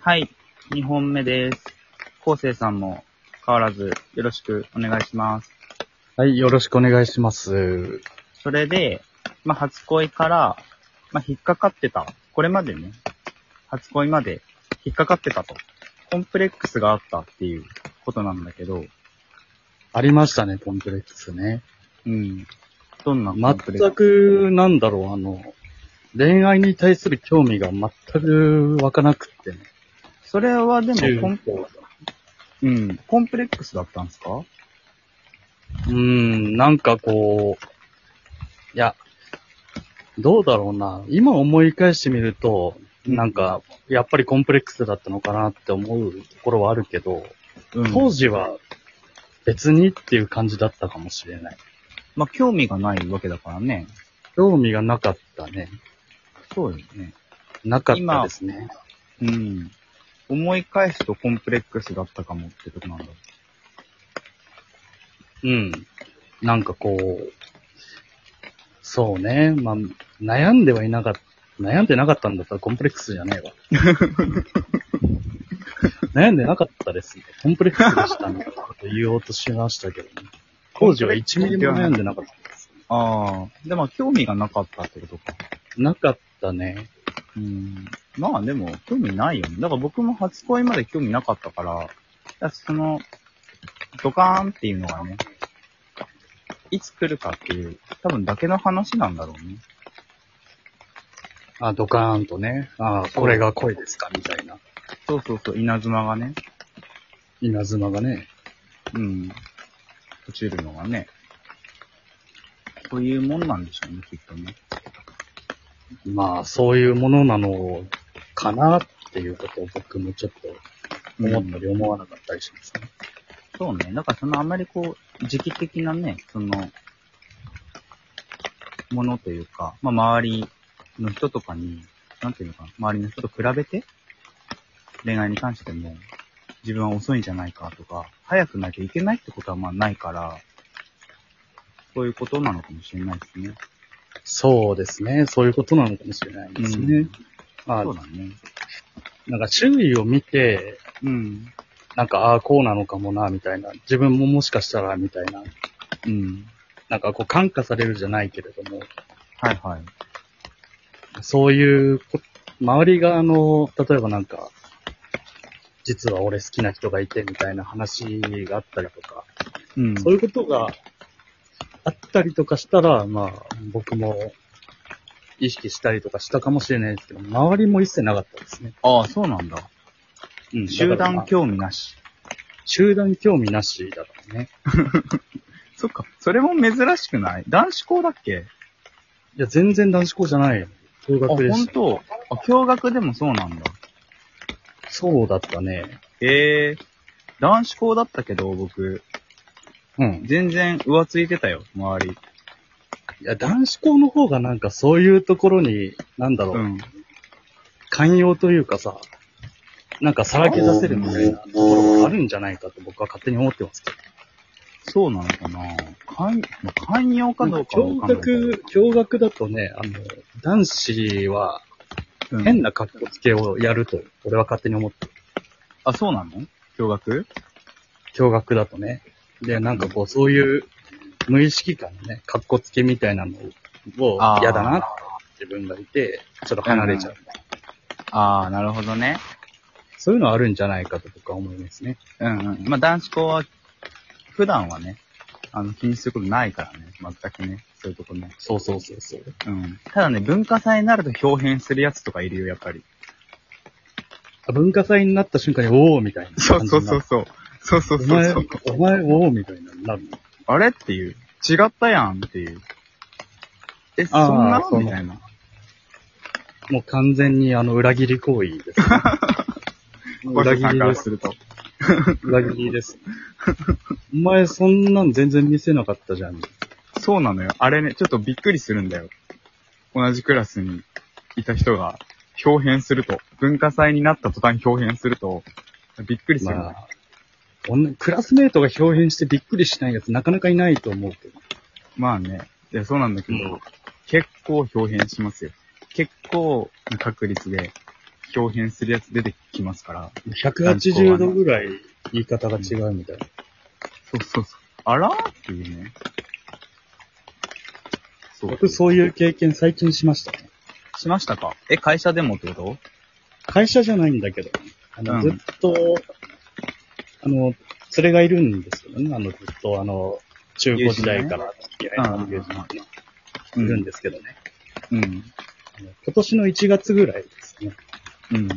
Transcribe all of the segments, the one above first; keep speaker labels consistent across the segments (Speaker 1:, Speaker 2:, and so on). Speaker 1: はい、2本目です。昴生さんも変わらずよろしくお願いします。
Speaker 2: はい、よろしくお願いします。
Speaker 1: それで、まあ、初恋から、まあ、引っかかってた。これまでね、初恋まで引っかかってたと。コンプレックスがあったっていうことなんだけど、
Speaker 2: ありましたね、コンプレックスね。
Speaker 1: うん。どんなコンプレッ
Speaker 2: 全
Speaker 1: ク
Speaker 2: く、なんだろう、あの、恋愛に対する興味が全く湧かなくってね。
Speaker 1: スそれはでもコン、
Speaker 2: 中高
Speaker 1: うん、コンプレックスだったんですか
Speaker 2: うーん、なんかこう、いや、どうだろうな。今思い返してみると、なん、か、やっぱりコンプレックスだったのかなって思うところはあるけど、
Speaker 1: うん、
Speaker 2: 当時は別にっていう感じだったかもしれない。
Speaker 1: まあ、興味がないわけだからね。
Speaker 2: 興味がなかったね。
Speaker 1: そうよね。
Speaker 2: なかったですね。
Speaker 1: うん。思い返すとコンプレックスだったかもってことなんだ。
Speaker 2: うん。なんかこう、そうね。まあ、悩んではいなかった、悩んでなかったんだったらコンプレックスじゃね えわ。悩んでなかったですね。コンプレックスでしたね。と言おうとしましたけどね。当時は1ミリも悩んでなかったです。
Speaker 1: ああ、でも興味がなかったってことか。
Speaker 2: なかったね。
Speaker 1: うん。まあでも、興味ないよね。だから僕も初恋まで興味なかったから、だからその、ドカーンっていうのがね、いつ来るかっていう、多分だけの話なんだろうね。
Speaker 2: あ、ドカーンとね。あこれが恋ですかみたいな。
Speaker 1: そうそうそう、稲妻がね、
Speaker 2: 稲妻がね。
Speaker 1: うん、落ちるのがね、そういうもんなんでしょうね、きっとね。
Speaker 2: まあ、そういうものなのかなっていうことを僕もちょっと思ったり思わなかったりしますね。
Speaker 1: そうね。だからそのあまりこう、時期的なね、その、ものというか、まあ周りの人とかに、なんていうのかな、周りの人と比べて、恋愛に関しても、自分は遅いんじゃないかとか、早くなきゃいけないってことはまあないから、そういうことなのかもしれないですね。
Speaker 2: そうですね。そういうことなのかもしれないですね。
Speaker 1: うん
Speaker 2: まあ
Speaker 1: そう、だね。
Speaker 2: なんか周囲を見て、
Speaker 1: うん。
Speaker 2: なんか、ああ、こうなのかもな、みたいな。自分ももしかしたら、みたいな。
Speaker 1: うん。
Speaker 2: なんかこう、感化されるじゃないけれども、
Speaker 1: はいはい。
Speaker 2: そういうこ、周りが、あの、例えばなんか、実は俺好きな人がいて、みたいな話があったりとか、
Speaker 1: うん。
Speaker 2: そういうことがあったりとかしたら、まあ、僕も意識したりとかしたかもしれないですけど、周りも一切なかったですね。
Speaker 1: ああ、そうなんだ。
Speaker 2: うん
Speaker 1: 集
Speaker 2: だからま
Speaker 1: 団
Speaker 2: あ
Speaker 1: 興味なし。
Speaker 2: 集団興味なしだからね。
Speaker 1: そっか。それも珍しくない男子校だっけ
Speaker 2: いや、全然男子校じゃないよ。共
Speaker 1: あ、
Speaker 2: 学で
Speaker 1: 本
Speaker 2: した。
Speaker 1: 当。あ、共学でもそうなんだ。
Speaker 2: そうだったね。
Speaker 1: ええ男子校だったけど、僕、
Speaker 2: うん。
Speaker 1: 全然浮ついてたよ、周り。
Speaker 2: いや、男子校の方がなんかそういうところに、なんだろう、
Speaker 1: うん。
Speaker 2: 寛容というかさ、なんかさらけ出せるみたいなところがあるんじゃないかと僕は勝手に思ってますけど。
Speaker 1: そうなのかな寛、まあ寛容かどうかは
Speaker 2: 共
Speaker 1: わかんないけど。
Speaker 2: 学、共学だとね、あの、男子は
Speaker 1: うん
Speaker 2: 変な格好つけをやると、俺は勝手に思ってる。
Speaker 1: あ、そうなの共学
Speaker 2: 共学だとね。で、なんかこう、そういう無意識感のね、格好つけみたいなのを
Speaker 1: あー
Speaker 2: 嫌だなって自分がいて、ちょっと離れちゃう。
Speaker 1: ああ、なるほどね。
Speaker 2: そういうのはあるんじゃないかと僕は思いますね。
Speaker 1: うんうん。まあ、男子校は、普段はね、あの、気にすることないからね。全くね。そういうとこね。
Speaker 2: そうそうそうそう。
Speaker 1: うん。ただね、文化祭になると表変するやつとかいるよ、やっぱり。
Speaker 2: あ文化祭になった瞬間に、おーみたいな
Speaker 1: そ
Speaker 2: 感
Speaker 1: う
Speaker 2: じ
Speaker 1: そう
Speaker 2: にな
Speaker 1: そう
Speaker 2: る。
Speaker 1: そう。そうそう
Speaker 2: お
Speaker 1: そう
Speaker 2: 前、
Speaker 1: そう。
Speaker 2: お前、おーみたいなのになるの。
Speaker 1: あれっていう。違ったやんっていう。え、そ
Speaker 2: あー
Speaker 1: んな
Speaker 2: そ
Speaker 1: の
Speaker 2: の
Speaker 1: みたいな。
Speaker 2: もう完全にあの、裏切り行為で す、ね。
Speaker 1: 小
Speaker 2: 裏
Speaker 1: 林
Speaker 2: 切
Speaker 1: さん
Speaker 2: り
Speaker 1: から
Speaker 2: ですす。
Speaker 1: ると。
Speaker 2: 裏切りです。お前、そんなん全然見せなかったじゃん。
Speaker 1: そうなのよ。あれね、ちょっとびっくりするんだよ。同じクラスにいた人が、表変すると。文化祭になった途端表変すると、びっくりするの、
Speaker 2: まあ、女クラスメートが表現してびっくりしないやつなかなかいないと思うけど。
Speaker 1: まあね。いや、そうなんだけど、
Speaker 2: うん
Speaker 1: 結構表変しますよ。結構な確率で表現するやつ出てきますから。
Speaker 2: 180度ぐらい言い方が違うみたいな。
Speaker 1: そうそうそう。あらっていうね。そ
Speaker 2: 僕そういう経験最近しましたね。
Speaker 1: しましたかえ、会社でもってこと
Speaker 2: 会社じゃないんだけど、あの、
Speaker 1: うん
Speaker 2: ずっと、あの、連れがいるんですけどね、あの、ずっと、あの、中高時代から付き合いのある友人がいるんですけどね。
Speaker 1: うん。
Speaker 2: あの今年の1月ぐらいですね、
Speaker 1: うん。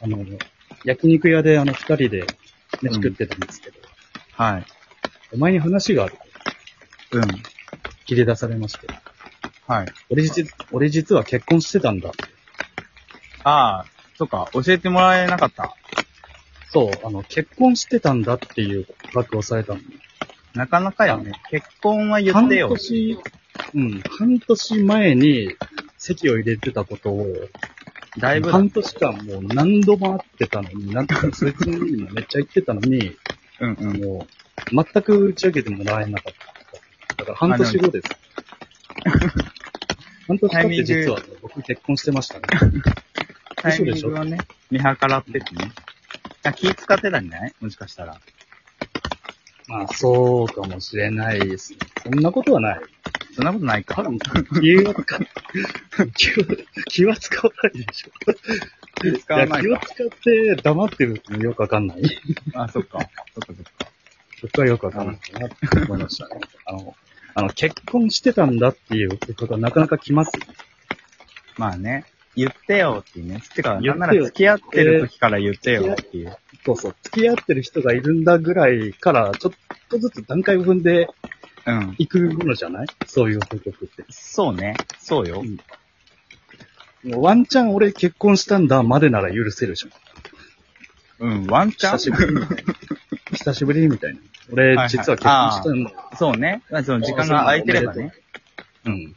Speaker 2: あの、焼肉屋であの、二人で
Speaker 1: うん
Speaker 2: 飯食ってたんですけど、
Speaker 1: はい。
Speaker 2: お前に話があると
Speaker 1: うん。
Speaker 2: 切り出されまして、
Speaker 1: はい。
Speaker 2: 俺実、俺実は結婚してたんだ。
Speaker 1: ああ、そっか。教えてもらえなかった。
Speaker 2: そう、あの、結婚してたんだっていう告白をされたの。
Speaker 1: なかなかやね。結婚は言っ
Speaker 2: 半
Speaker 1: てよ。
Speaker 2: 年、うん、半年前に席を入れてたことを、
Speaker 1: だいぶだ。うん
Speaker 2: 半年間もう何度も会ってたのに、なんとかそいつにもめっちゃ行ってたのに、
Speaker 1: うん。
Speaker 2: もう、全く打ち上げてもらえなかった。だから半年後です。半年経って実はね僕結婚して ましたね。
Speaker 1: タイミングはね、見計らっててね。あ気使ってたんじゃないもしかしたら。
Speaker 2: まあ、そうかもしれないですね。そんなことはない。
Speaker 1: そんなことない
Speaker 2: 多
Speaker 1: か。
Speaker 2: 分気は使う気は、気は使わないでしょ。
Speaker 1: 気使わない
Speaker 2: や、気を
Speaker 1: か。
Speaker 2: 使って黙ってるのよくわかんない。
Speaker 1: あ、そっか。そっかそっか。
Speaker 2: 僕はよくわかんないかなって思いましたね。あの、あの、結婚してたんだっていうことはなかなか来ます。
Speaker 1: まあね。言ってよっていうね。てか、
Speaker 2: 言
Speaker 1: な
Speaker 2: って
Speaker 1: ん
Speaker 2: よ
Speaker 1: なら付き合ってる時から言ってよっていう。
Speaker 2: そうそう。付き合ってる人がいるんだぐらいから、ちょっとずつ段階を踏んで
Speaker 1: うん。
Speaker 2: いくものじゃないそういう報告って。
Speaker 1: そうね。そうよ。
Speaker 2: もうワンチャン俺結婚したんだまでなら許せる じゃん。
Speaker 1: うん。ワンチャ
Speaker 2: 久
Speaker 1: ン
Speaker 2: しぶりみたいな。久しぶりみたいな。俺
Speaker 1: いはい、
Speaker 2: 実は結婚したんだ。
Speaker 1: そうね。まあその時間が空いてればね。
Speaker 2: うん。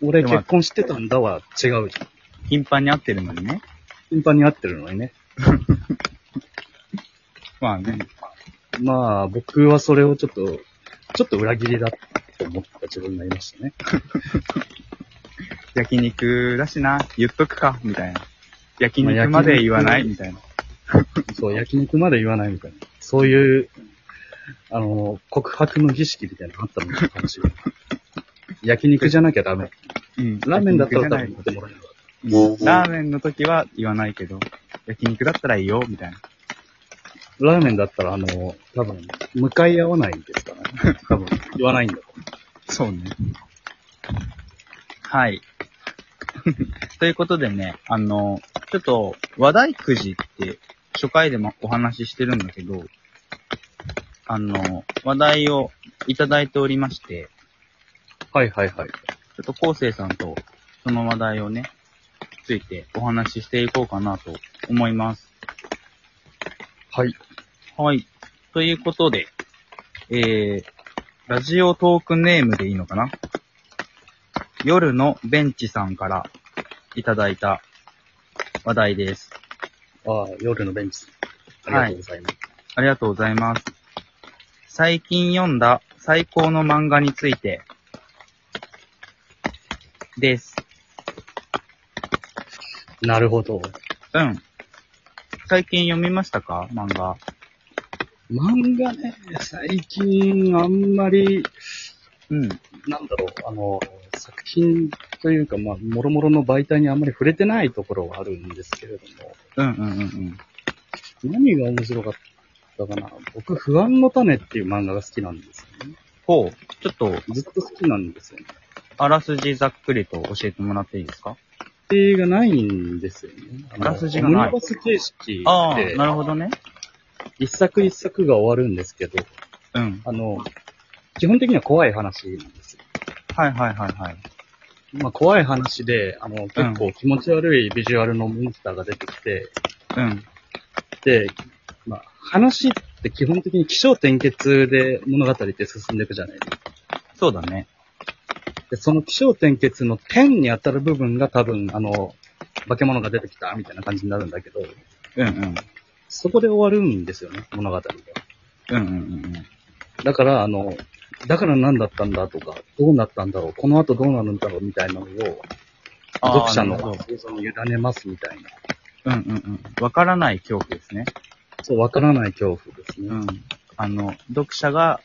Speaker 2: 俺結婚してたんだは違うじゃん。
Speaker 1: 頻繁に会ってるのにね。
Speaker 2: 頻繁に会ってるのにね。
Speaker 1: まあね。
Speaker 2: まあ、僕はそれをちょっと、ちょっと裏切りだと思った自分になりま したね。
Speaker 1: 焼肉だしな、言っとくか、みたいな。焼肉まで言わない、みたいな。
Speaker 2: そう、焼肉まで言わないみたいな。そういう、あの、告白の儀式みたいなのあったのかもしれない。焼肉じゃなきゃダメ。
Speaker 1: うん。
Speaker 2: ラーメンだったら多分
Speaker 1: 焼
Speaker 2: 言
Speaker 1: 肉
Speaker 2: って
Speaker 1: じゃ
Speaker 2: も
Speaker 1: ない
Speaker 2: らえなかっ
Speaker 1: うんラーメンの時は言わないけど、焼肉だったらいいよ、みたいな。
Speaker 2: た。ラーメンだったら、あの、多分、向かい合わないんですからね。多分、言わないんだと思
Speaker 1: そうね。はい。 ということでね、あの、ちょっと、話題くじって、初回でもお話ししてるんだけど、あの、話題をいただいておりまして、
Speaker 2: う。はいはいはい。
Speaker 1: ちょっと昴生さんとその話題をね、ついてお話ししていこうかなと思います。
Speaker 2: はい。
Speaker 1: はい。ということで、えー、ラジオトークネームでいいのかな夜のベンチさんからいただいた話題です。
Speaker 2: ああ、夜のベンチ。ありがとうございます。
Speaker 1: ありがとうございます。最近読んだ最高の漫画について、です。
Speaker 2: なるほど。
Speaker 1: うん。最近読みましたか漫画。
Speaker 2: 漫画ね、最近あんまり、
Speaker 1: うん。
Speaker 2: なんだろう、あの、作品というか、まあ、もろもろの媒体にあんまり触れてないところはあるんですけれども、
Speaker 1: うんうんうんうん。
Speaker 2: 何が面白かったかな僕、不安の種っていう漫画が好きなんですよね。
Speaker 1: ほう。ちょっと、
Speaker 2: ずっと好きなんですよね。
Speaker 1: あらすじざっくりと教えてもらっていいですか
Speaker 2: 定がないんですよね。あの
Speaker 1: あらすじがない
Speaker 2: オムニバス形式
Speaker 1: ああ、
Speaker 2: で、
Speaker 1: なるほどね。
Speaker 2: 一作一作が終わるんですけど、
Speaker 1: うん。
Speaker 2: あの、基本的には怖い話なんですよ。
Speaker 1: はいはいはいはい。
Speaker 2: まあ、怖い話で、あの、結構気持ち悪いビジュアルのモンスターが出てきて、
Speaker 1: うん。
Speaker 2: で、まあ、話って基本的に起承転結で物語って進んでいくじゃないですか。
Speaker 1: そうだね。
Speaker 2: で、その起承転結の点に当たる部分が多分、あの、化け物が出てきたみたいな感じになるんだけど、
Speaker 1: うんうん。
Speaker 2: そこで終わるんですよね、物語が。
Speaker 1: うんうんうん
Speaker 2: だから、あの、だから何だったんだとか、どうなったんだろう、この後どうなるんだろうみたいなのを、
Speaker 1: あー
Speaker 2: 読者の
Speaker 1: なるほど
Speaker 2: 想像に委ねますみたいな。
Speaker 1: うんうんうん。わからない恐怖ですね。
Speaker 2: そう、わからない恐怖ですね。
Speaker 1: うん。あの、読者が、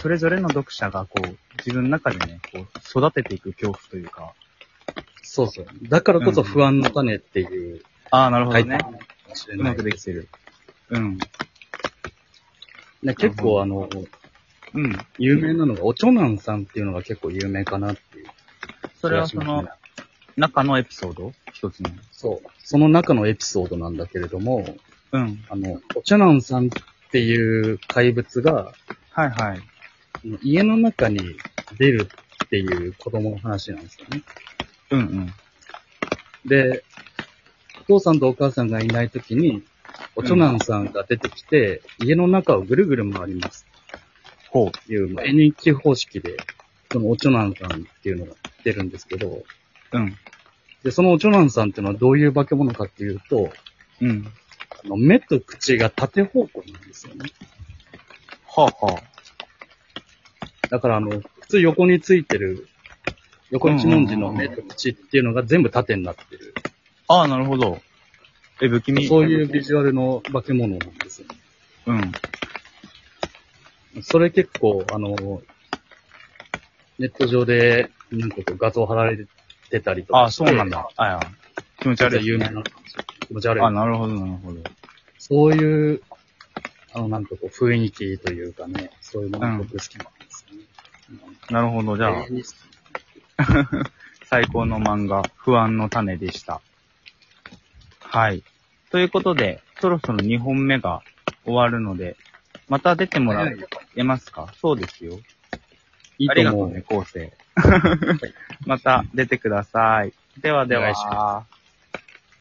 Speaker 1: それぞれの読者がこう、自分の中でね、こう、育てていく恐怖というか。
Speaker 2: そうそう。だからこそ不安の種っていう、
Speaker 1: ああ、なるほど
Speaker 2: タ
Speaker 1: ね
Speaker 2: イト。ルかもしれ
Speaker 1: う
Speaker 2: な
Speaker 1: ま
Speaker 2: い
Speaker 1: くできてる。うん。
Speaker 2: ね、結構あの、
Speaker 1: うん。
Speaker 2: 有名なのが、おちょなんさんっていうのが結構有名かなっていう。
Speaker 1: それはその、中のエピソード一つの。
Speaker 2: そう。その中のエピソードなんだけれども、
Speaker 1: うん。
Speaker 2: あの、おちょなんさんっていう怪物が、
Speaker 1: はいはい。
Speaker 2: 家の中に出るっていう子供の話なんですよね。
Speaker 1: うんうん。
Speaker 2: で、お父さんとお母さんがいないときに、お長男さんが出てきて、家の中をぐるぐる回ります
Speaker 1: ほう。
Speaker 2: っていう、まあ、NH 方式で、そのお長男さんっていうのが出るんですけど、
Speaker 1: うん。
Speaker 2: で、そのお長男さんっていうのはどういう化け物かっていうと、
Speaker 1: うん。
Speaker 2: あの目と口が縦方向なんですよね。
Speaker 1: はあは
Speaker 2: だからあの、普通横についてる、横一文字の目と口っていうのが全部縦になってる。
Speaker 1: あ。ああ、なるほど。え、不気味。
Speaker 2: そういうビジュアルの化け物なんですよね。
Speaker 1: うん。
Speaker 2: それ結構、あの、ネット上で、なんかこう画像貼られてたりとか。
Speaker 1: ああ、そうなんだ。。ああ。気持ち
Speaker 2: ちょっ
Speaker 1: 悪
Speaker 2: と
Speaker 1: い。
Speaker 2: 有名な気持ち悪
Speaker 1: あ、
Speaker 2: い。
Speaker 1: なるほど、なるほど。
Speaker 2: そういう、あの、なんかこう、雰囲気というかね、そういうものが僕好きなんですよね。
Speaker 1: なるほど。じゃあ
Speaker 2: 永、遠に好き
Speaker 1: 最高の漫画、不安の種でした。はい。ということで、そろそろ2本目が終わるので、また出てもらえますかそうですよ。
Speaker 2: いい
Speaker 1: ありが
Speaker 2: と
Speaker 1: と
Speaker 2: 思
Speaker 1: う
Speaker 2: う
Speaker 1: ね、。昴生。また出てください。ではで
Speaker 2: お願いし
Speaker 1: は。